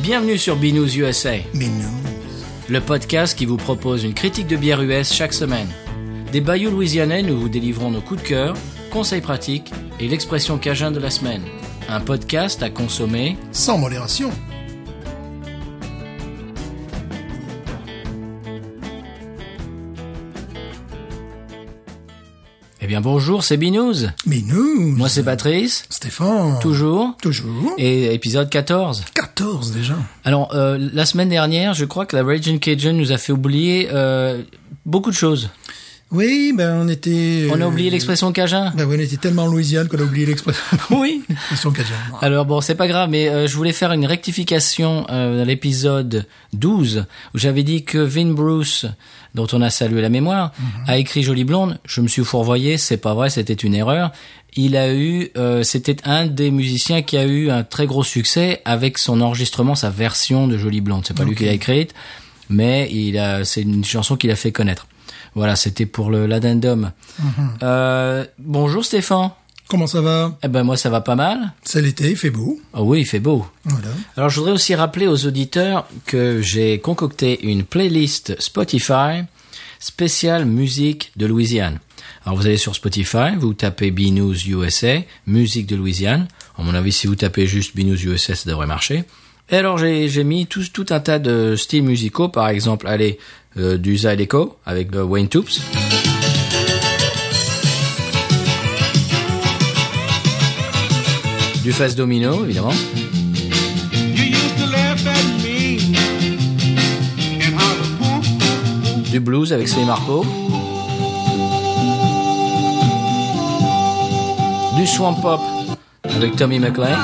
Bienvenue sur Binous USA, Mais non. le podcast qui vous propose une critique de bière US chaque semaine. Des bayous louisianais, nous vous délivrons nos coups de cœur, conseils pratiques et l'expression cajun de la semaine. Un podcast à consommer. Sans modération. Eh bien bonjour, c'est Binous. Mais non. Moi c'est Patrice, Stéphane. toujours, Toujours. et épisode 14. 14 déjà. Alors euh, la semaine dernière, je crois que la Raging Cajun nous a fait oublier euh, beaucoup de choses. Oui, ben on était. On a euh, oublié l'expression cajun. Ben oui, on était tellement en Louisiane qu'on a oublié l'expression Oui. l'expression cajun. Alors bon, c'est pas grave, mais euh, je voulais faire une rectification euh, à l'épisode 12 où j'avais dit que Vin Bruce, dont on a salué la mémoire, a écrit Jolie Blonde. Je me suis fourvoyé, c'est pas vrai, c'était une erreur. Il a eu, euh, c'était un des musiciens qui a eu un très gros succès avec son enregistrement, sa version de Jolie Blonde. C'est pas lui qui l'a écrite, mais il a, c'est une chanson qu'il a fait connaître. Voilà, c'était pour le l'addendum. Euh, bonjour Stéphane. Comment ça va Eh ben moi ça va pas mal. C'est l'été, il fait beau. Oh oui, il fait beau. Voilà. Alors je voudrais aussi rappeler aux auditeurs que j'ai concocté une playlist Spotify spéciale musique de Louisiane. Alors vous allez sur Spotify, vous tapez Binous USA, musique de Louisiane. À mon avis, si vous tapez juste Binous USA, ça devrait marcher. Et alors j'ai j'ai mis tout, tout un tas de styles musicaux, par exemple, allez, euh, du Zydeco avec le Wayne Toops. Du Fast Domino, évidemment. You used to laugh at me and holler, whoop, whoop. du blues avec Sly Marco, du swamp pop avec Tommy McLean,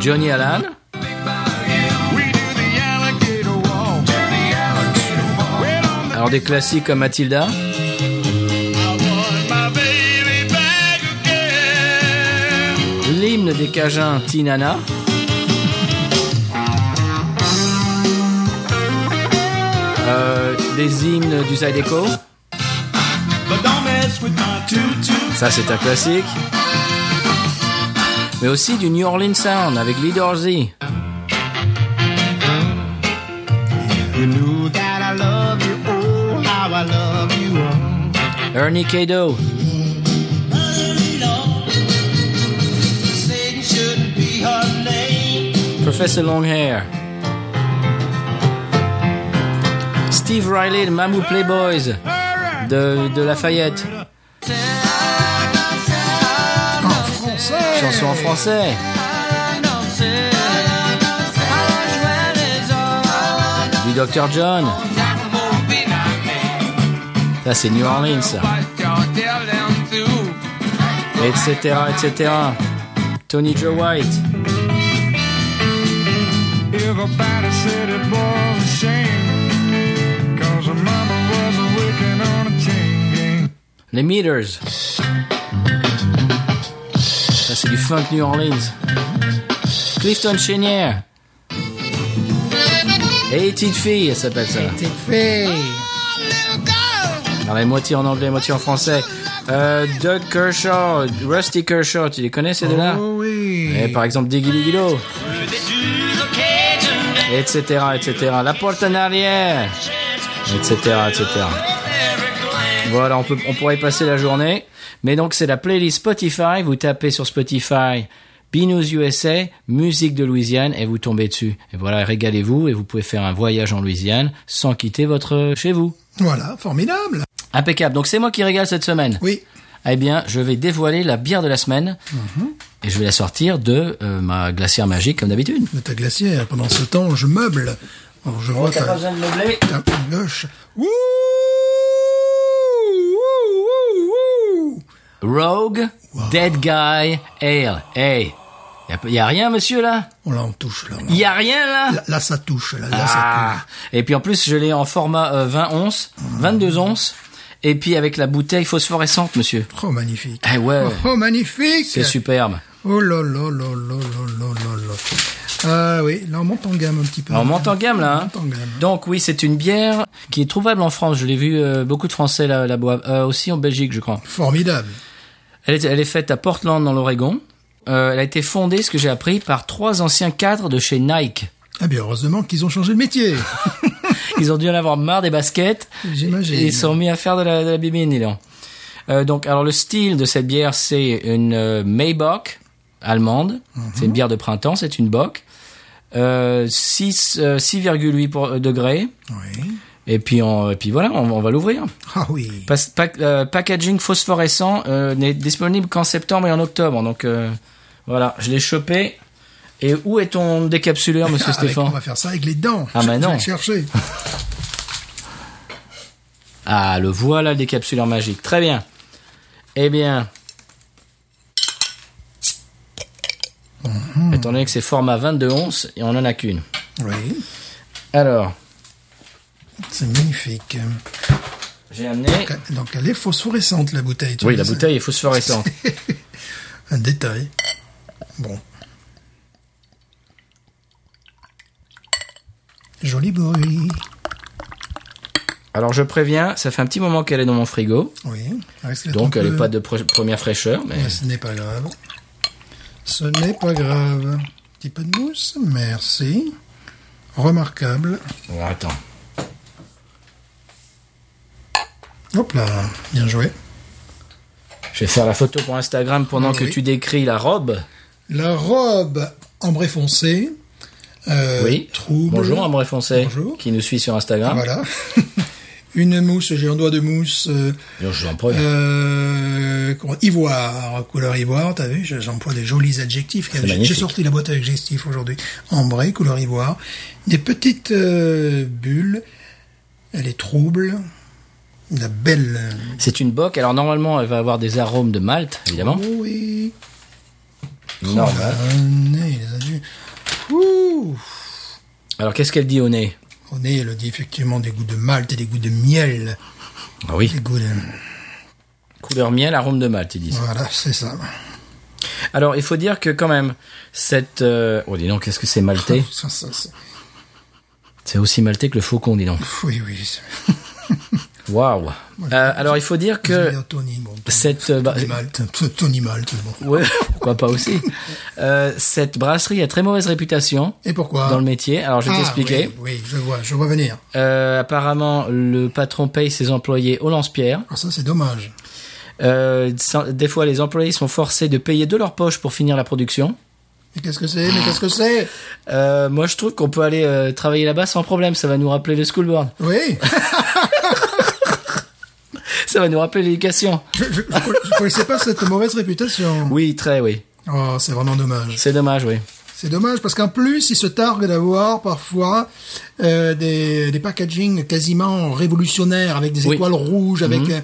Johnny Allen, We do the alligator walk. To the alligator walk. Wait on the alors des classiques comme Matilda, I want my baby back again. l'hymne des Cajuns Tinana, euh, des hymnes du Zydeco, But don't mess with my tutu. ça c'est un classique, mais aussi du New Orleans Sound avec Lee Dorsey. You knew that I love you, oh, how I love you. Ernie Cado, Satan shouldn't be her name. Professor Longhair. Steve Riley de Mamou Playboys de, de Lafayette. En français. Chanson en français. Du Dr. John. Ça, c'est New Orleans, ça. Etc., etc. Tony Joe White. Everybody said it was a shame. Cause her mama wasn't working on a chain gang. Les Meters. Ça, c'est du funk New Orleans. Clifton Chenier. Et Petite Fille, elle s'appelle ça. C'est fait. Alors, les moitié en anglais, moitié en français. Euh, Doug Kershaw, Rusty Kershaw, tu les connais ces deux-là Oh oui. Et Par exemple, Diggy Diggy Do, etc., etc. La porte en arrière, etc., etc. Voilà, on, peut, on pourrait y passer la journée. Mais donc, c'est la playlist Spotify. Vous tapez sur Spotify Binous USA, musique de Louisiane, et vous tombez dessus. Et voilà, régalez-vous, et vous pouvez faire un voyage en Louisiane sans quitter votre chez vous. Voilà, formidable. Impeccable. Donc, c'est moi qui régale cette semaine. Oui. Eh bien, je vais dévoiler la bière de la semaine Mhm. et je vais la sortir de euh, ma glacière magique comme d'habitude. De ta glacière. Pendant ce temps, je meuble. Alors, je vois ta, de meubler. ta gauche. Ouh, ouh, ouh, ouh. Rogue Dead Guy Ale. Hey, y a, y a rien monsieur là Oh là, on touche là. là. Y a rien là Là, là, ça touche. Là, là, ça touche. Ah. Et puis en plus je l'ai en format euh, 20 onces, Mhm. 22 onces, et puis avec la bouteille phosphorescente monsieur. Oh, magnifique. Eh ouais. Oh, oh, magnifique. C'est superbe. Oh là là là là là là là là. Ah oui, là on monte en gamme un petit peu. On monte en gamme là. On hein. monte en gamme. Donc oui, c'est une bière qui est trouvable en France. Je l'ai vu euh, beaucoup de Français la, la boivent, Euh, aussi en Belgique je crois. Formidable. Elle est, elle est faite à Portland dans l'Oregon. euh, elle a été fondée, ce que j'ai appris, par trois anciens cadres de chez Nike. Ah bien, heureusement qu'ils ont changé de métier. Ils ont dû en avoir marre des baskets. J'imagine. Et ils sont mis à faire de la, de la bibine, dis donc. Euh, donc, alors le style de cette bière, c'est une euh, Maybock allemande. C'est une bière de printemps, c'est une bock. Euh, 6, euh, 6,8 pour- euh, degrés. Oui. Et puis, on, et puis voilà, on, on va l'ouvrir. Ah oui. Pas- pack- euh, packaging phosphorescent euh, n'est disponible qu'en septembre et en octobre. Donc euh, voilà, je l'ai chopé. Et où est ton décapsuleur, monsieur Ah, avec- Stéphane on va faire ça avec les dents. Ah, Je- mais je non. vais le chercher. Ah, le voilà, le décapsuleur magique. Très bien. Eh bien. Mhm. Étant donné que c'est format 22 onces, et on en a qu'une. Oui. Alors, C'est magnifique. j'ai amené. Donc elle est phosphorescente la bouteille. tu Oui, vois, la c'est bouteille est phosphorescente. Un détail. Bon. Joli bruit. Alors, je préviens, ça fait un petit moment qu'elle est dans mon frigo. Oui. Ah, est-ce qu'elle Donc, est un elle n'est peu- pas de pre- première fraîcheur, mais. Mais ce n'est pas grave. Ce n'est pas grave. Petit peu de mousse, merci. Remarquable. Bon, attends. Hop là, bien joué. Je vais faire la photo pour Instagram pendant Ah, que oui. tu décris la robe. La robe ambré foncé. Euh, oui. Trouble. Bonjour, Ambré Foncé, Bonjour. qui nous suit sur Instagram. Voilà. Une mousse, j'ai un doigt de mousse. euh, Donc, je vous en préviens. Euh, comment- ivoire, couleur ivoire, t'as vu, je- j'emploie des jolis adjectifs. J'ai- J'ai magnifique. sorti la boîte à adjectifs aujourd'hui. Ambré, couleur ivoire. Des petites euh, bulles. Elle est trouble. La belle. C'est une boc. Alors normalement, elle va avoir des arômes de malt, évidemment. Oh Oui. Oh. Normal. Ah, nez, les adieux. Ouh. Alors qu'est-ce qu'elle dit au nez Au nez, elle dit effectivement des goûts de malt et des goûts de miel. Ah oui. Des goûts de... Couleur miel, arôme de malt, ils disent. Voilà, c'est ça. Alors il faut dire que quand même, cette... euh, Oh dis donc, qu'est-ce que c'est maltais Ça, ça, ça. C'est aussi maltais que le faucon, dis donc. Oui, oui. c'est- Waouh. Euh, alors il faut dire que... J'aime bien Tony, bon, Tony. Cette, euh, bah, Tony Malte. Tony Malte, bon. Ouais, pourquoi pas aussi. Euh, cette brasserie a très mauvaise réputation Et pourquoi dans le métier. Alors je vais Ah, t'expliquer. Oui, oui, je vois, je vois venir. Euh, apparemment, le patron paye ses employés au lance-pierre. Ah, ça, c'est dommage. Euh, sans- des fois, les employés sont forcés de payer de leur poche pour finir la production. Mais qu'est-ce que c'est Mais qu'est-ce que c'est Euh, moi, je trouve qu'on peut aller euh, travailler là-bas sans problème. Ça va nous rappeler le school board. Oui, Ça va nous rappeler l'éducation. je, je, je co- je connaissais pas cette mauvaise réputation. Oui, très, oui. Oh, c'est vraiment dommage. C'est dommage, oui. C'est dommage parce qu'en plus, ils se targuent d'avoir parfois euh, des, des packaging quasiment révolutionnaires avec des Oui. Mhm. étoiles rouges, avec euh,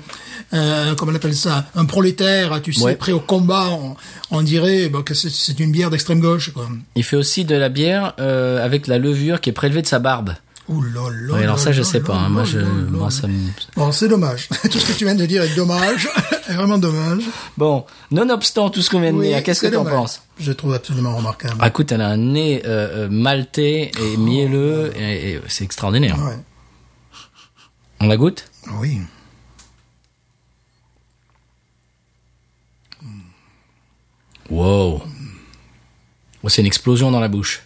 euh, comment on appelle ça, un prolétaire, tu sais, Ouais. prêt au combat. On, on dirait bah, que c'est- c'est une bière d'extrême gauche. Quoi. Il fait aussi de la bière euh, avec la levure qui est prélevée de sa barbe. Ouh là là. Oui, alors ça, là je là sais là pas. hein. là Moi, je, là là moi, là. ça me- Bon, c'est dommage. Tout ce que tu viens de dire est dommage. est vraiment dommage. Bon, nonobstant tout ce qu'on vient de Oui, dire, qu'est-ce que c'est t'en dommage. penses Je trouve absolument remarquable. ah, Écoute, elle a un nez euh, euh, maltais et mielleux, et, et c'est extraordinaire. Ouais. Oh, On la goûte Oui. Wow. Oh, c'est une explosion dans la bouche.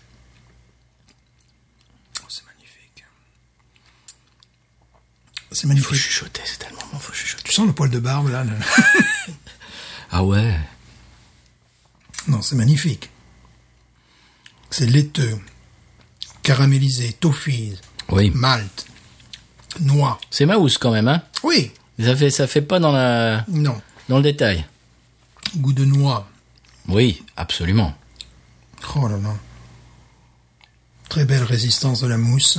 c'est magnifique. C'est magnifique. Faut chuchoter, c'est tellement bon, faut chuchoter. Tu sens le poil de barbe là, là Ah ouais. Non, c'est magnifique. C'est laiteux, caramélisé, toffee, Oui. malt, noix. C'est Maus quand même, hein Oui. Ça fait, ça fait pas dans la, Non. dans le détail. Goût de noix. Oui, absolument. Oh là là. Très belle résistance de la mousse.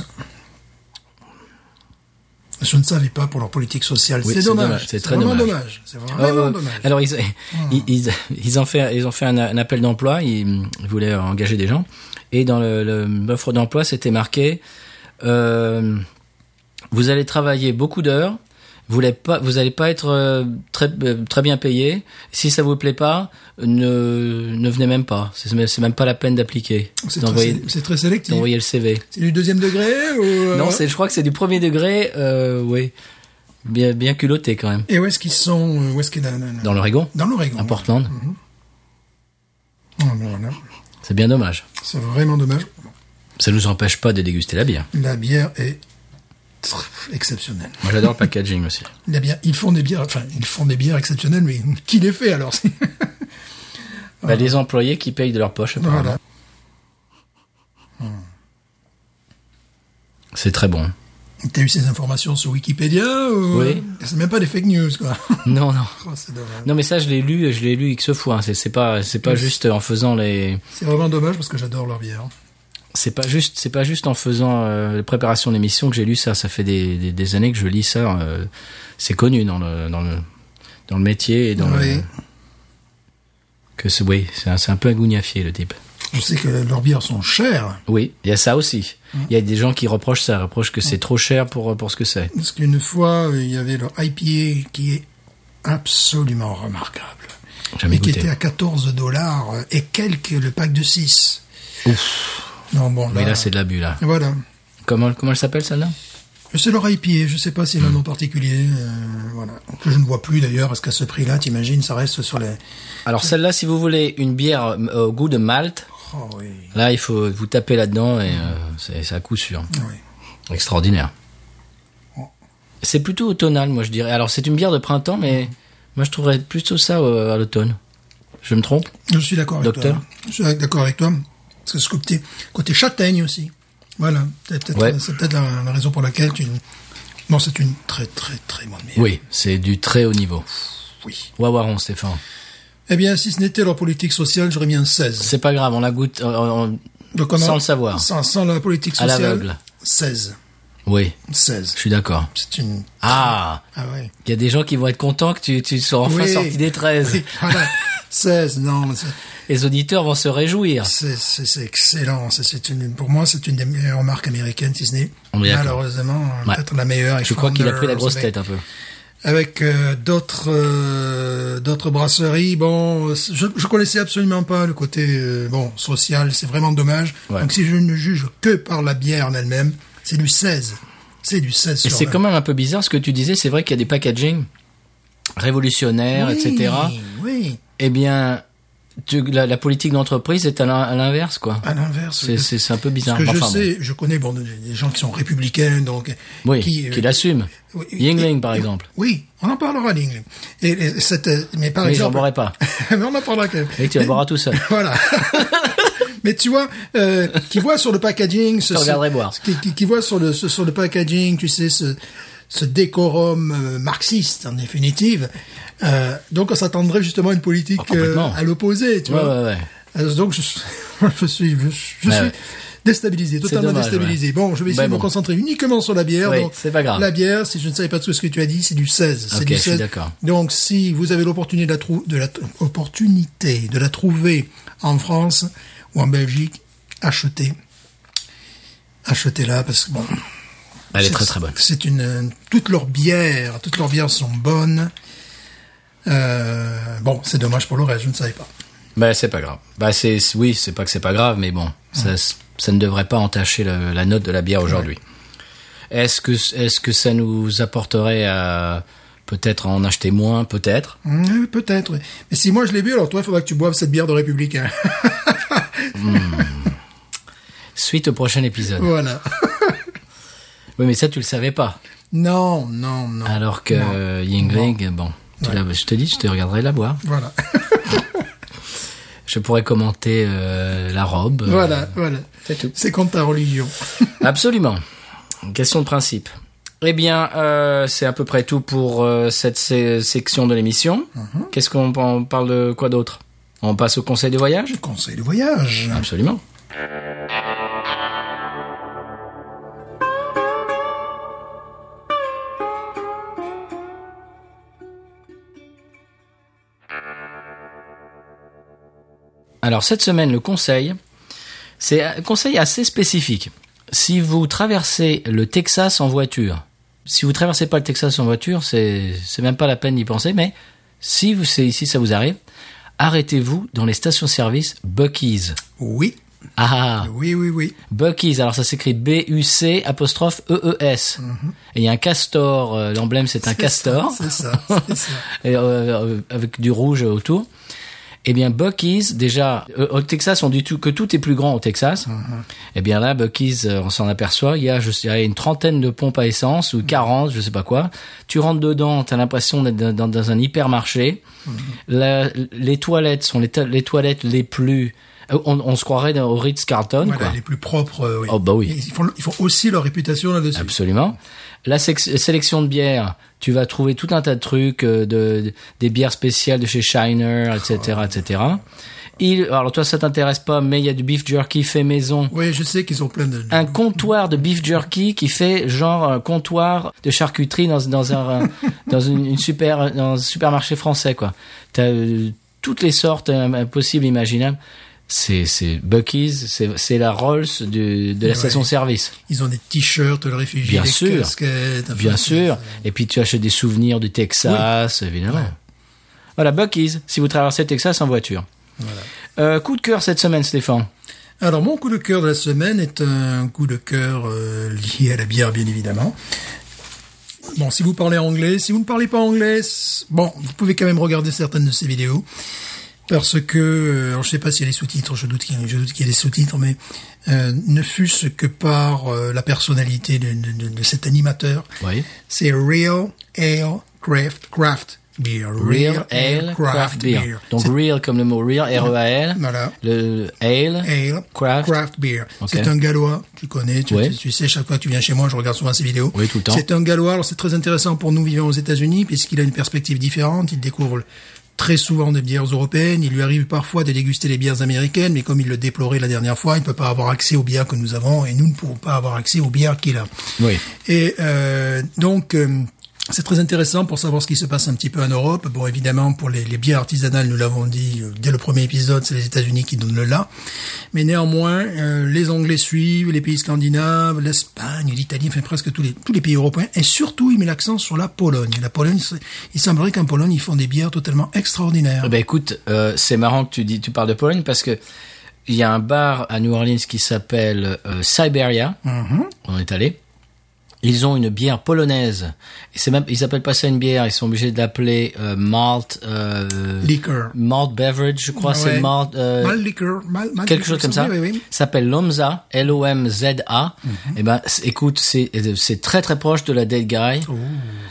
Je ne savais pas pour leur politique sociale. Oui, c'est c'est dommage. dommage, c'est très vraiment dommage. dommage. C'est vraiment Oh, oh, Ah, dommage. Ah. Alors ils, ils, ils, ils ont fait, ils ont fait un, un appel d'emploi. Ils, ils voulaient engager des gens. Et dans le- le- l'offre d'emploi, c'était marqué euh, vous allez travailler beaucoup d'heures. Vous n'allez pas, vous allez pas être euh, très euh, très bien payé. Si ça vous plaît pas, ne ne venez même pas. C'est c'est même pas la peine d'appliquer. C'est D'envoyer- très, c'est très sélectif. d'envoyer le CV. C'est du deuxième degré ou euh, Non, c'est, je crois que c'est du premier degré, euh, oui. Bien, bien culotté quand même. Et où est-ce qu'ils sont euh, Où est-ce qu'ils Dans l'Oregon, Dans l'Oregon. à Portland. Non, Oh, mais voilà. C'est bien dommage. C'est vraiment dommage. Ça nous empêche pas de déguster la bière. La bière est tr- exceptionnelle. Moi, j'adore le packaging aussi. La bière, ils font des bières, enfin, ils font des bières exceptionnelles, mais qui les fait alors c'est- Bah, les employés qui payent de leur poche. apparemment. Voilà. C'est très bon. T'as eu ces informations sur Wikipédia ou... Oui. C'est même pas des fake news, quoi. Non, non. Oh, c'est dommage. Non, mais ça, je l'ai lu, je l'ai lu x fois. hein. C'est c'est pas, c'est pas juste en faisant les, C'est vraiment dommage parce que j'adore leur bière. c'est pas juste, c'est pas juste en faisant euh, la préparation de l'émission que j'ai lu ça. Ça fait des, des, des années que je lis ça. euh, c'est connu dans le, dans le, dans le métier et dans Oui. le, que c'est, oui, c'est un, c'est un peu agounafié le type. Je sais que leurs bières sont chères. Oui, il y a ça aussi. Il y a des gens qui reprochent ça, reprochent que c'est trop cher pour, pour ce que c'est. Parce qu'une fois, il y avait leur IPA qui est absolument remarquable. Jamais Mais qui goûté. était à 14 dollars et quelques le pack de 6. Ouf. Non, bon, là. Mais là, c'est de l'abus, là. Voilà. Comment, comment elle s'appelle, celle-là? C'est leur IPA, je sais pas si a un nom particulier, euh, voilà. Que je ne vois plus d'ailleurs, parce qu'à ce prix-là, t'imagines, ça reste sur les... Alors, celle-là, si vous voulez une bière euh, au goût de malt, Oh oui, Là, il faut vous taper là-dedans et euh, c'est c'est à coup sûr. oui. Extraordinaire. C'est plutôt automnal, moi je dirais. Alors c'est une bière de printemps, mais moi je trouverais plutôt ça euh, à l'automne. Je me trompe Je suis d'accord avec Docteur toi. Je suis d'accord avec toi. Parce que ce côté, côté châtaigne aussi. Voilà. C'est peut-être Ouais. c'est peut-être la, la raison pour laquelle tu... Non, c'est une très très très bonne bière. Oui, c'est du très haut niveau. Oui. Wawaron, Stéphane. Eh bien, si ce n'était leur politique sociale, j'aurais mis un 16. C'est pas grave, on la goûte. euh, on- Donc on a- Sans le savoir. Sans, sans la politique À sociale. l'aveugle. 16. Oui, 16. je suis d'accord. C'est une... Ah, Ah ouais. il y a des gens qui vont être contents que tu, tu sois enfin Oui. sorti des 13. Oui, voilà. 16, non, mais c'est- Les auditeurs vont se réjouir. c'est c'est- c'est excellent. C'est- C'est une, pour moi, c'est une des meilleures marques américaines, si ce n'est On est d'accord. malheureusement Ouais. peut-être la meilleure. Je crois qu'il a pris la grosse Avec- tête un peu. avec euh, d'autres euh, d'autres brasseries. Bon, je, je connaissais absolument pas le côté euh, bon social. C'est vraiment dommage. Ouais. Donc si je ne juge que par la bière en elle-même, c'est du 16. C'est du 16 Et sur c'est 20. quand même un peu bizarre ce que tu disais. C'est vrai qu'il y a des packaging révolutionnaires, Oui, etc. Oui, Eh bien, tu- la, la politique d'entreprise est à l'in- à l'inverse, quoi. à l'inverse. C'est- C'est c'est un peu bizarre. Parce que Enfin, je sais, je connais bon des- des gens qui sont républicains, donc bon. Oui, qui, qui, euh, l'assume. oui, oui, Yingling, par et- exemple. Oui, on en parlera d'Yingling. Et, et cette, euh, mais par Mais j'en exemple, boirai pas. mais on en parlera quand même. Et tu la boiras tout seul. Voilà. Mais tu vois, euh, qui voit sur le packaging, Je ce, te regarderai ce- boire. Qui, qui- qui voit sur le ce- sur le packaging, tu sais ce ce décorum euh, marxiste en définitive. Euh, donc on s'attendrait justement à une politique Ah, complètement. euh, à l'opposé, tu Ouais, vois. ouais, ouais. Euh, Donc je, suis- je suis je, suis- je Ouais, suis ouais. déstabilisé, totalement dommage, déstabilisé. ouais. Bon, je vais essayer Ben de me bon. concentrer uniquement sur la bière. Oui, Donc, c'est pas grave. La bière, si je ne savais pas tout ce que tu as dit, c'est du 16. C'est Ok, du je suis 16. d'accord. Donc si vous avez l'opportunité de la trou- de la opportunité de la trouver en France ou en Belgique, achetez. Achetez-la parce que bon, Elle est c'est- très très bonne. C'est une euh, toutes leurs bières, toutes leurs bières sont bonnes. Euh, bon, c'est dommage pour le reste, je ne savais pas. Bah, c'est pas grave. Bah, c'est c'est- oui, c'est pas que c'est pas grave, mais bon, ça, s- ça ne devrait pas entacher la, la note de la bière aujourd'hui. Est-ce que est-ce que ça nous apporterait à peut-être à en acheter moins, peut-être. Mmh, Peut-être. oui. Mais si moi je l'ai bu, alors toi, il faudra que tu boives cette bière de hein. républicain. Suite au prochain épisode. voilà. Oui, mais ça tu le savais pas. Non, non, non. Alors que Non. euh, Yingling, bon, tu Ouais. l'as- je te dis, je te regarderai la boire. Voilà. Je pourrais commenter euh, la robe. euh, voilà, voilà. c'est tout. C'est contre ta religion. Absolument. Question de principe. Eh bien, euh, c'est à peu près tout pour euh, cette sé- section de l'émission. Mhm. Qu'est-ce qu'on on parle de quoi d'autre On passe au conseil de voyage Conseil de voyage. Absolument. Alors cette semaine, le conseil, c'est un conseil assez spécifique. Si vous traversez le Texas en voiture, si vous traversez pas le Texas en voiture, c'est c'est même pas la peine d'y penser, mais si vous c'est ici ça vous arrive, arrêtez-vous dans les stations-service Bucky's. Oui, Ah, oui, oui, oui. Bucky's. Alors ça s'écrit B-U-C apostrophe E-E-S. Et il y a un castor. euh, L'emblème c'est un C'est castor euh, ça, C'est ça, c'est ça. et, euh, avec du rouge autour. Eh bien, Bucky's, déjà, euh, au Texas, on dit tout, que tout est plus grand au Texas. Eh bien là, Bucky's, euh, on s'en aperçoit, il y a, je dirais, une trentaine de pompes à essence, ou 40, je sais pas quoi. Tu rentres dedans, t'as l'impression d'être dans, dans- dans un hypermarché. La- les toilettes sont les, to- les toilettes les plus... euh, On, on se croirait dans- au Ritz-Carlton, Voilà, quoi. les plus propres. euh, oui. Oh, bah oui. Ils font, ils font aussi leur réputation là-dessus. Absolument. La sec- sélection de bières, tu vas trouver tout un tas de trucs, euh, de, de- des bières spéciales de chez Shiner, etc., etc. Il, alors toi, ça t'intéresse pas, mais il y a du beef jerky fait maison. Oui, je sais qu'ils ont plein de. Un comptoir de beef jerky qui fait genre un comptoir de charcuterie dans, dans un dans une, une super dans un supermarché français quoi. T'as euh, toutes les sortes euh, possibles imaginables. C'est c'est Bucky's, c'est c'est la Rolls du- de la Ouais. station-service. Ils ont des t-shirts, le réfugié, Bien des sûr. casquettes. enfin, Bien c'est- sûr. Et puis tu achètes des souvenirs du Texas, évidemment. Voilà, Bucky's, si vous traversez le Texas en voiture. Euh, coup de cœur cette semaine, Stéphane. Alors mon coup de cœur de la semaine est un coup de cœur euh, lié à la bière bien évidemment. Bon, si vous parlez anglais, si vous ne parlez pas anglais, c- bon, vous pouvez quand même regarder certaines de ces vidéos parce que euh, alors je sais pas s'il y a des sous-titres, je doute qu'il y, ait- je doute qu'il y ait des sous-titres, mais euh, ne fût-ce que par euh, la personnalité de, de- de- de cet animateur, Oui. c'est Real Ale Craft Craft Beer. Real Ale Craft Beer. Donc real comme le mot real, R-E-A-L. Voilà. Le ale. Ale Craft. Eh, Beer. Ok. C'est un gallois, tu connais, tu, Ouais. tu- tu sais, chaque fois que tu viens chez moi, je regarde souvent ses vidéos. Oui, tout le temps. C'est un gallois, alors c'est très intéressant pour nous vivant aux États-Unis, puisqu'il a une perspective différente, il découvre très souvent des bières européennes, il lui arrive parfois de déguster les bières américaines, mais comme il le déplorait la dernière fois, il ne peut pas avoir accès aux bières que nous avons, et nous ne pouvons pas avoir accès aux bières qu'il a. Oui. Et euh, donc, euh, c'est très intéressant pour savoir ce qui se passe un petit peu en Europe. Bon, évidemment, pour les, les bières artisanales, nous l'avons dit euh, dès le premier épisode, c'est les États-Unis qui donnent le là. Mais néanmoins, euh, les Anglais suivent, les pays scandinaves, l'Espagne, l'Italie, enfin presque tous les, tous les pays européens. Et surtout, il met l'accent sur la Pologne. La Pologne, c'est- il semblerait qu'en Pologne, ils font des bières totalement extraordinaires. Eh Ben écoute, euh, c'est marrant que tu dis, tu parles de Pologne parce que il y a un bar à New Orleans qui s'appelle euh, Siberia. Mhm. On est allé. Ils ont une bière polonaise. Et c'est même, ils appellent pas ça une bière. Ils sont obligés de l'appeler euh, malt. Euh, Liquor. Malt beverage, je crois, c'est Ouais. malt. euh, mal liquor, mal, mal quelque liquor, chose comme ça. Oui, oui, Mhm. oui. S'appelle Lomza, L-O-M-Z-A. Et ben, c- écoute, c'est c'est très très proche de la Dead Guy.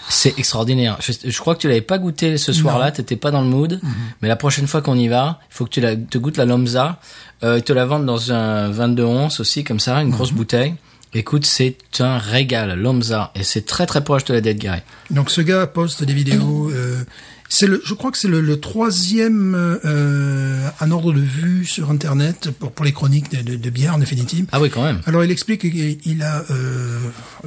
C'est extraordinaire. Je, je crois que tu l'avais pas goûté ce soir-là, t'étais pas dans le mood. Mhm. Mais la prochaine fois qu'on y va, il faut que tu la, te goûtes la Lomza. Euh, ils te la vendent dans un 22 onces aussi, comme ça, une Mhm. grosse bouteille. Écoute, c'est un régal, Lomza. Et c'est très très proche de la Dead Guy. Donc ce gars poste des vidéos. euh, c'est le, je crois que c'est le, le troisième euh, en ordre de vue sur Internet pour, pour les chroniques de, de, de bière en définitive. Ah oui, quand même. Alors il explique qu'il il a euh,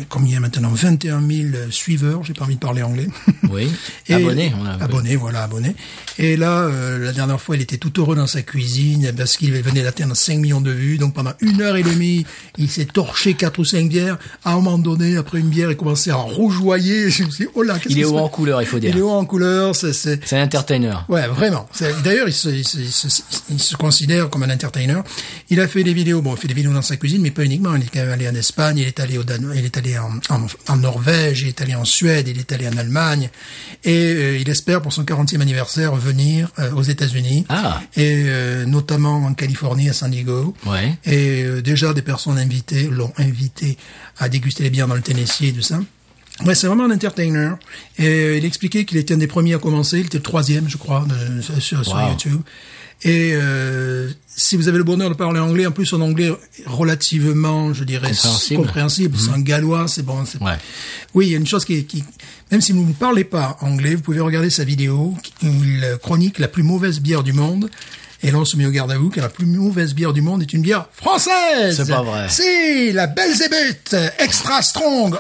combien maintenant 21 000 suiveurs. J'ai pas envie de parler anglais. Oui. Et- abonné, on a. Abonné, voilà, abonné. Et là, euh, la dernière fois, il était tout heureux dans sa cuisine eh ben, parce qu'il venait d'atteindre 5 millions de vues. Donc pendant une heure et demie, il s'est torché quatre ou cinq bières. À un moment donné, après une bière, il commençait à rougeoyer. Je me suis dit, oh là, qu'est-ce Il est qui se haut en passe couleur, il faut dire. Il est haut en couleur, c'est... c'est- C'est un entertainer. Ouais, vraiment. C'est- D'ailleurs, il se, il, se, il se- il se considère comme un entertainer. Il a fait des vidéos. Bon, il fait des vidéos dans sa cuisine, mais pas uniquement. Il est quand même allé en Espagne, il est allé au Dan- il est allé en, en, en Norvège, il est allé en Suède, il est allé en Allemagne, et euh, il espère pour son 40e anniversaire venir euh, aux États-Unis, Ah. et euh, notamment en Californie, à San Diego. Ouais. Et euh, déjà, des personnes invitées l'ont invité à déguster les bières dans le Tennessee et tout ça. Ouais, c'est vraiment un entertainer. Et euh, il expliquait qu'il était un des premiers à commencer. Il était le troisième, je crois, de- sur, sur Wow. YouTube. Et euh, si vous avez le bonheur de parler anglais, en plus en anglais relativement, je dirais, Compréhensible. compréhensible. C'est un gallois, c'est bon. c'est- Mhm. Ouais. oui, il y a une chose qui, qui, même si vous ne parlez pas anglais, vous pouvez regarder sa vidéo où il euh, chronique la plus mauvaise bière du monde. Et là, on se met au garde à vous que la plus mauvaise bière du monde est une bière française. C'est pas vrai. C'est la Belzébuth Extra Strong,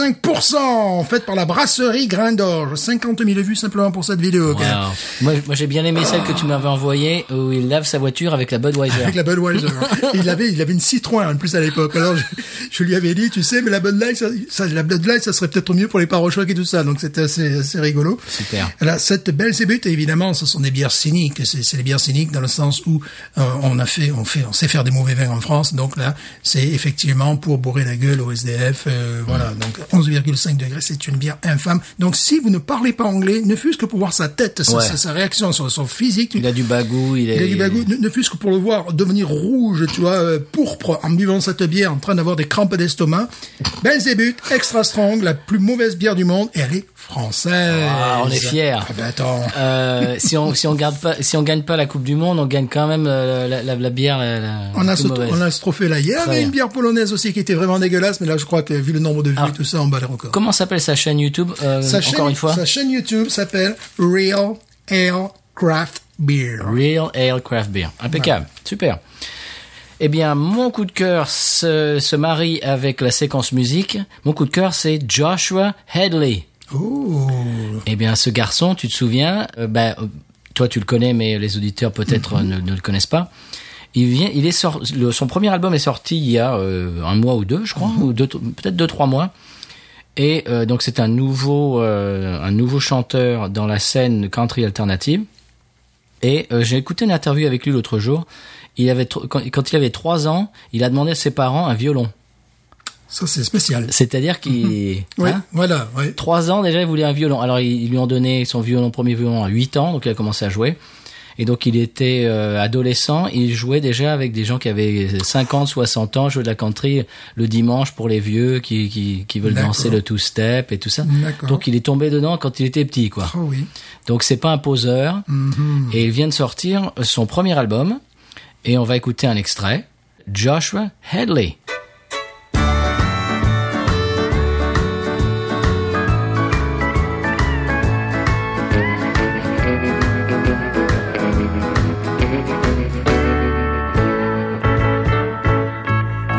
11,5%, faite par la brasserie Grain d'Orge. 50 000 vues simplement pour cette vidéo. quand même. Wow. euh, Moi, moi j'ai bien aimé celle que tu m'avais envoyée où il lave sa voiture avec la Budweiser. Avec la Budweiser. il avait, il avait une Citroën en plus à l'époque. Alors je, je lui avais dit, tu sais, mais la Bud Light, ça, ça- la Bud Light, ça serait peut-être mieux pour les parochocs et tout ça. Donc c'était assez, assez rigolo. Super. Alors cette belle Zébute, évidemment, ce sont des bières cyniques. C'est c'est les bières cynique dans le sens où euh, on a fait, on fait, on sait faire des mauvais vins en France. Donc là, c'est effectivement pour bourrer la gueule au SDF. euh, Voilà. Donc 11,5 degrés, c'est une bière infâme. Donc si vous ne parlez pas anglais, ne fût-ce que pour voir sa tête, sa, Ouais. sa- sa réaction, son, son physique, Il a du bagou, il est. il a du bagou, ne, ne fût-ce que pour le voir devenir rouge, tu vois, euh, pourpre, en buvant cette bière, en train d'avoir des crampes d'estomac. Belzébuth, extra strong, la plus mauvaise bière du monde, et elle est française. Ah, on est fiers. Ah ben attends. Euh, si on si on garde pas si on gagne pas la Coupe du Monde, on gagne quand même euh, la, la, la bière la, la On a, plus ce, mauvaise. on a ce trophée là. Il y avait bien. une bière polonaise aussi qui était vraiment dégueulasse, mais là je crois que vu le nombre de vues Alors, tout ça, on bat les records. Comment s'appelle sa chaîne YouTube euh, Sa Encore chaîne- une fois. Sa chaîne YouTube s'appelle Real Ale Craft Beer. Real Ale Craft Beer. Impeccable. Super. Eh bien, mon coup de cœur se, se marie avec la séquence musique. Mon coup de cœur, c'est Joshua Headley. Oh. Eh bien, ce garçon, tu te souviens, euh, ben, euh, toi tu le connais, mais les auditeurs peut-être euh, ne, ne le connaissent pas. Il vient, il est sor- le- son premier album est sorti il y a euh, un mois ou deux, je crois, ou deux- peut-être deux trois mois. Et euh, donc c'est un nouveau, euh, un nouveau chanteur dans la scène country alternative. Et euh, j'ai écouté une interview avec lui l'autre jour. Il avait tr- quand, quand il avait trois ans, il a demandé à ses parents un violon. Ça c'est spécial. C'est-à-dire qu'il Oui, Hein voilà, oui. Trois ans déjà, il voulait un violon. Alors ils ils lui ont donné son violon, premier violon à 8 ans, donc il a commencé à jouer. Et donc il était euh, adolescent, il jouait déjà avec des gens qui avaient 50, 60 ans, jouait de la country le dimanche pour les vieux qui, qui, qui veulent D'accord. danser le two-step et tout ça. D'accord. Donc il est tombé dedans quand il était petit, quoi. Oh oui. Donc c'est pas un poseur. Mhm. Et il vient de sortir son premier album. Et on va écouter un extrait. Joshua Headley.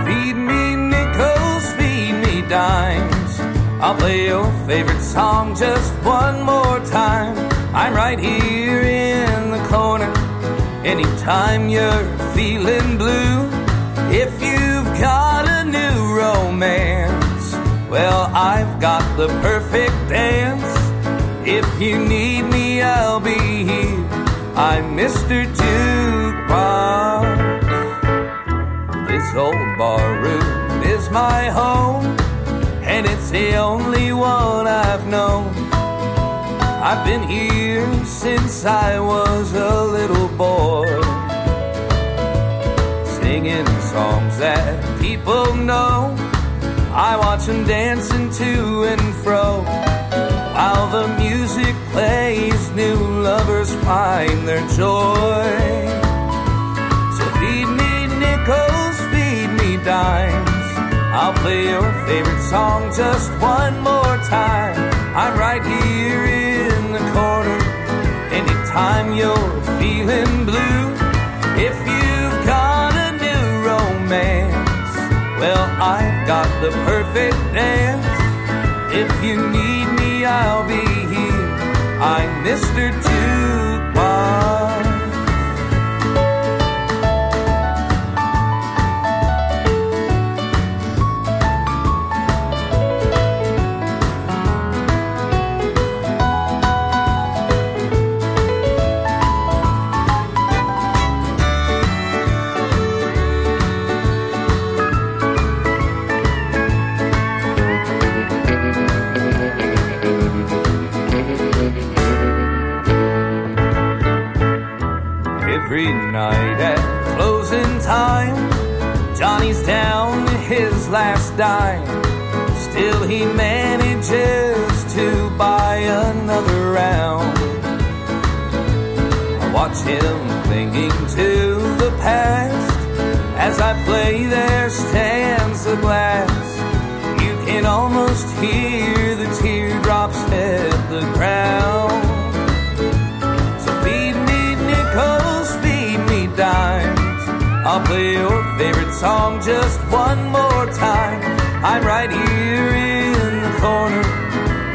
Feed me nickels, feed me dimes. I'll play your favorite song just one more time. I'm right here in the corner. Anytime you're feeling blue, if you've got a new romance, well, I've got the perfect dance. If you need me, I'll be here. I'm Mr. Jukebox. This old bar room is my home, and it's the only one I've known. I've been here since I was a little boy, singing songs that people know. I watch them dancing to and fro while the music plays. New lovers find their joy. So feed me nickels, feed me dimes. I'll play your favorite song just one more time. I'm right here in the corner. Anytime you're feeling blue, if you've got a new romance, well, I've got the perfect dance. If you need me, I'll be here. I'm Mr. Jukebox. Every night at closing time, Johnny's down to his last dime. Still, he manages to buy another round. I watch him clinging to the past as I play There Stands the Glass. You can almost hear the teardrops hit the ground. So feed me nickels, feed me dimes. I'll play your favorite song just one more time. I'm right here in the corner.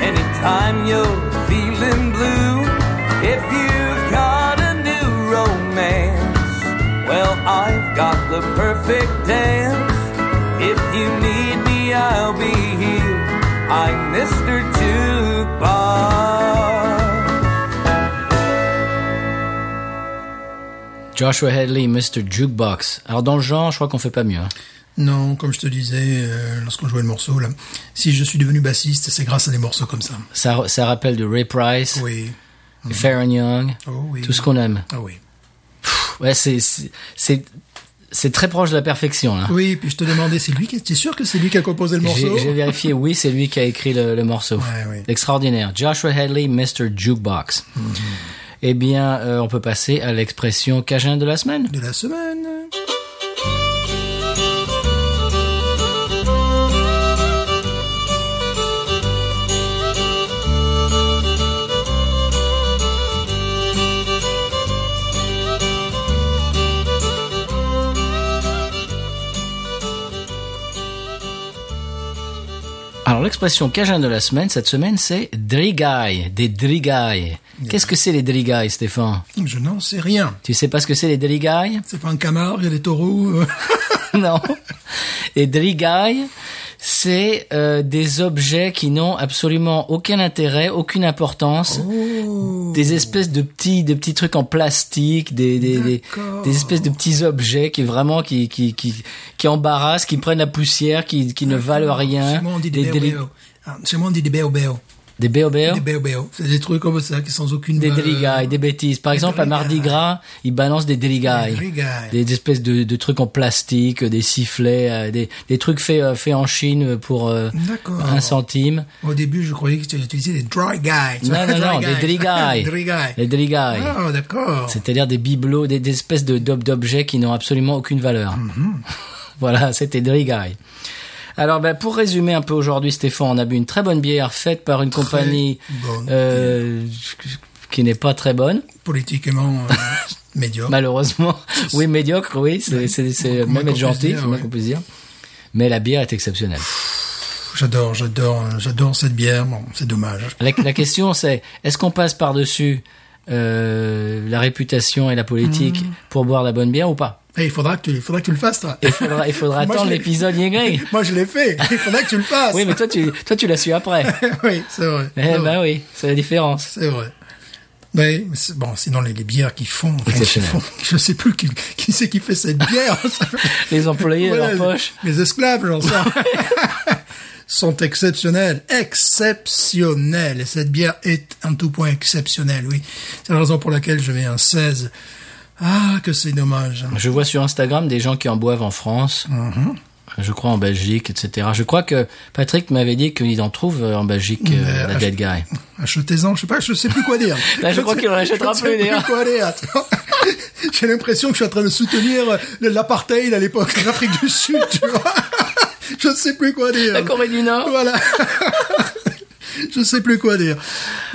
Anytime you're feeling blue, if you've got a new romance, well, I've got the perfect dance. If you need me, I'll be here. I'm Mr. Jukebox. Joshua Headley, Mr. Jukebox. Alors dans le genre, je crois qu'on fait pas mieux. hein. Non, comme je te disais euh, lorsqu'on jouait le morceau, là, si je suis devenu bassiste, c'est grâce à des morceaux comme ça. Ça, ça rappelle du Ray Price, Oui. Farron Young, Oh oui. tout ce qu'on aime. Ah oui. Ouais, c'est c'est- c'est c'est très proche de la perfection là. Oui, puis je te demandais, c'est lui qui, t'es sûr que c'est lui qui a composé le morceau J'ai j'ai vérifié, oui, c'est lui qui a écrit le, le morceau. Ouais, oui. Mm-hmm. Extraordinaire. Joshua Headley, Mr. Jukebox. Eh bien, euh, on peut passer à l'expression cajun de la semaine. De la semaine. Alors, l'expression cajun de la semaine, cette semaine, c'est drigay, des drigay. Qu'est-ce que c'est les drigay, Stéphane Je n'en sais rien. Tu sais pas ce que c'est les drigay C'est pas un Camargue, il y a des taureaux. euh. Non. Les drigay, c'est euh, des objets qui n'ont absolument aucun intérêt, aucune importance. Oh. Des espèces de petits, de petits trucs en plastique, des, des, des, D'accord. des espèces de petits objets qui vraiment qui, qui, qui, qui embarrassent, qui prennent la poussière, qui, qui ne valent rien. Chez moi, on dit des Hein des, dri- béo-béo. Ah, Chez moi, on dit des béo-béo. des béo-béo? Des béo-béo. C'est des trucs comme ça qui sans aucune. des euh, déligailles, des bêtises. Par des exemple, à Mardi déligailles. Gras, ils balancent des déligailles. Des déligailles. Des espèces de, de trucs en plastique, euh, des sifflets, euh, des, des trucs faits, euh, faits en Chine euh, pour euh, D'accord. un centime. Au début, je croyais que tu utilisais des dry guys. Non, non, non, des déligailles. dry guys. Des déligailles. Ah, d'accord. C'est-à-dire des bibelots, des, des espèces de d'ob- d'objets qui n'ont absolument aucune valeur. Mhm. voilà, c'était Drigai. Alors, ben, pour résumer un peu aujourd'hui, Stéphane, on a bu une très bonne bière faite par une compagnie bonne euh, qui n'est pas très bonne, Politiquement euh, médiocre. malheureusement. Oui, médiocre, oui, c'est c'est- c'est moins même être qu'on puisse gentil, dire, c'est moins ouais. qu'on puisse dire. Mais la bière est exceptionnelle. J'adore, j'adore, euh, j'adore cette bière. Bon, c'est dommage. La, la question, c'est est-ce qu'on passe par-dessus euh, la réputation et la politique pour boire la bonne bière ou pas Eh, il faudra que tu, il faudra que tu le fasses, toi. Il faudra, il faudra Moi, je attendre l'ai- Ah, l'épisode Yegri. Moi, je l'ai fait. Il faudra que tu le fasses. Oui, mais toi, tu, toi, tu l'as su après. oui, c'est vrai. Eh C'est vrai. ben oui, c'est la différence. C'est vrai. Mais, mais c'est- bon, sinon les, les bières qui font, enfin, qui Exceptionnel. font, je sais plus qui, qui c'est qui fait cette bière. Ça fait- Les employés Voilà, dans leur poche. Les, les esclaves, j'en sais. sont exceptionnels, exceptionnels. Et cette bière est en tout point exceptionnelle, oui. C'est la raison pour laquelle je mets un 16. Ah, que c'est dommage. Mm-hmm. Je vois sur Instagram des gens qui en boivent en France. Hmm. Je crois en Belgique, etc. Je crois que Patrick m'avait dit qu'il en trouve euh, en Belgique, euh, Mais, la ah, Dead Guy. Achetez-en, je sais pas, je sais plus quoi dire. Là, je crois sais- qu'il en achètera je plus, sais d'ailleurs. quoi dire. J'ai l'impression que je suis en train de soutenir euh, le- l'apartheid à l'époque de l'Afrique du Sud, tu vois. Je sais plus quoi dire. La Corée du Nord Voilà. Je sais plus quoi dire.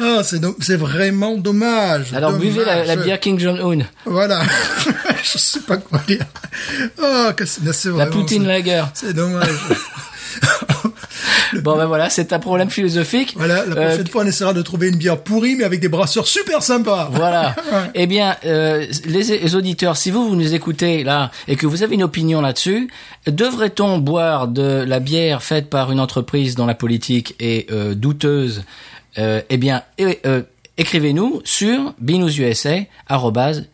Ah, c'est do- c'est vraiment dommage. Alors dommage. buvez la, la bière King Jong-un, Voilà. je sais pas quoi dire. Ah, que c'est c'est la vraiment- Poutine c'est- Lager. C'est dommage. Bon ben voilà, c'est un problème philosophique. voilà, la Euh, prochaine fois, on essaiera de trouver une bière pourrie, mais avec des brasseurs super sympas. Voilà. Ouais. Eh bien, euh, les, les auditeurs, si vous, vous nous écoutez là et que vous avez une opinion là-dessus, devrait-on boire de la bière faite par une entreprise dont la politique est euh, douteuse Euh, Eh bien, é- euh, écrivez-nous sur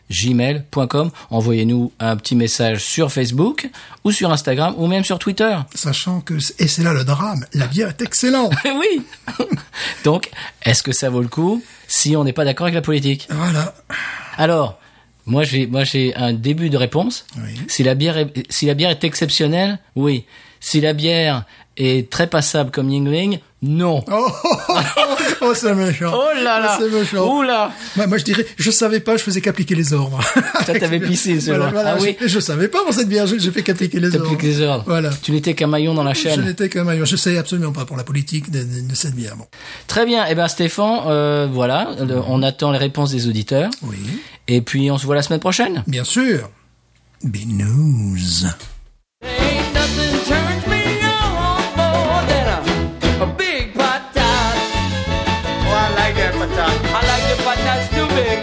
binoususa.gmail.com. Envoyez-nous un petit message sur Facebook ou sur Instagram ou même sur Twitter. sachant que, et c'est là le drame, la bière est excellente. Eh oui Donc, est-ce que ça vaut le coup si on n'est pas d'accord avec la politique Voilà. Alors, moi j'ai moi j'ai un début de réponse. Oui. Si la bière est, si la bière est exceptionnelle, oui. Si la bière est très passable comme Yingling, non. Oh, oh, oh, oh, oh, c'est méchant. Oh là là. Oh, C'est méchant. Ouh là. Moi, moi, je dirais, je savais pas, je faisais qu'appliquer les ordres. Toi, t'avais pissé, c'est voilà, vrai. voilà, Ah oui. je, je savais pas pour cette bière, je- j'ai fait qu'appliquer les T'as ordres. plus que des heures. Voilà. Tu n'étais qu'un maillon dans la Je chaîne. n'étais qu'un maillon. Je sais absolument pas pour la politique de, de- de cette bière. Bon. Très bien. Eh ben Stéphane, euh, voilà, Le- on attend les réponses des auditeurs. Oui. Et puis on se voit la semaine prochaine. Bien sûr. Binous. Ain't nothing turns me on more than a, a big patat. Oh, I like that patat. I like the patats too big.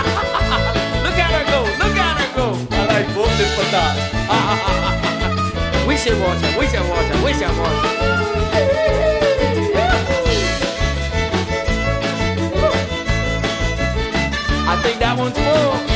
look at her go, look at her go. I like both the patats. we should watch her, we should watch her, we should watch her. I think that one's full.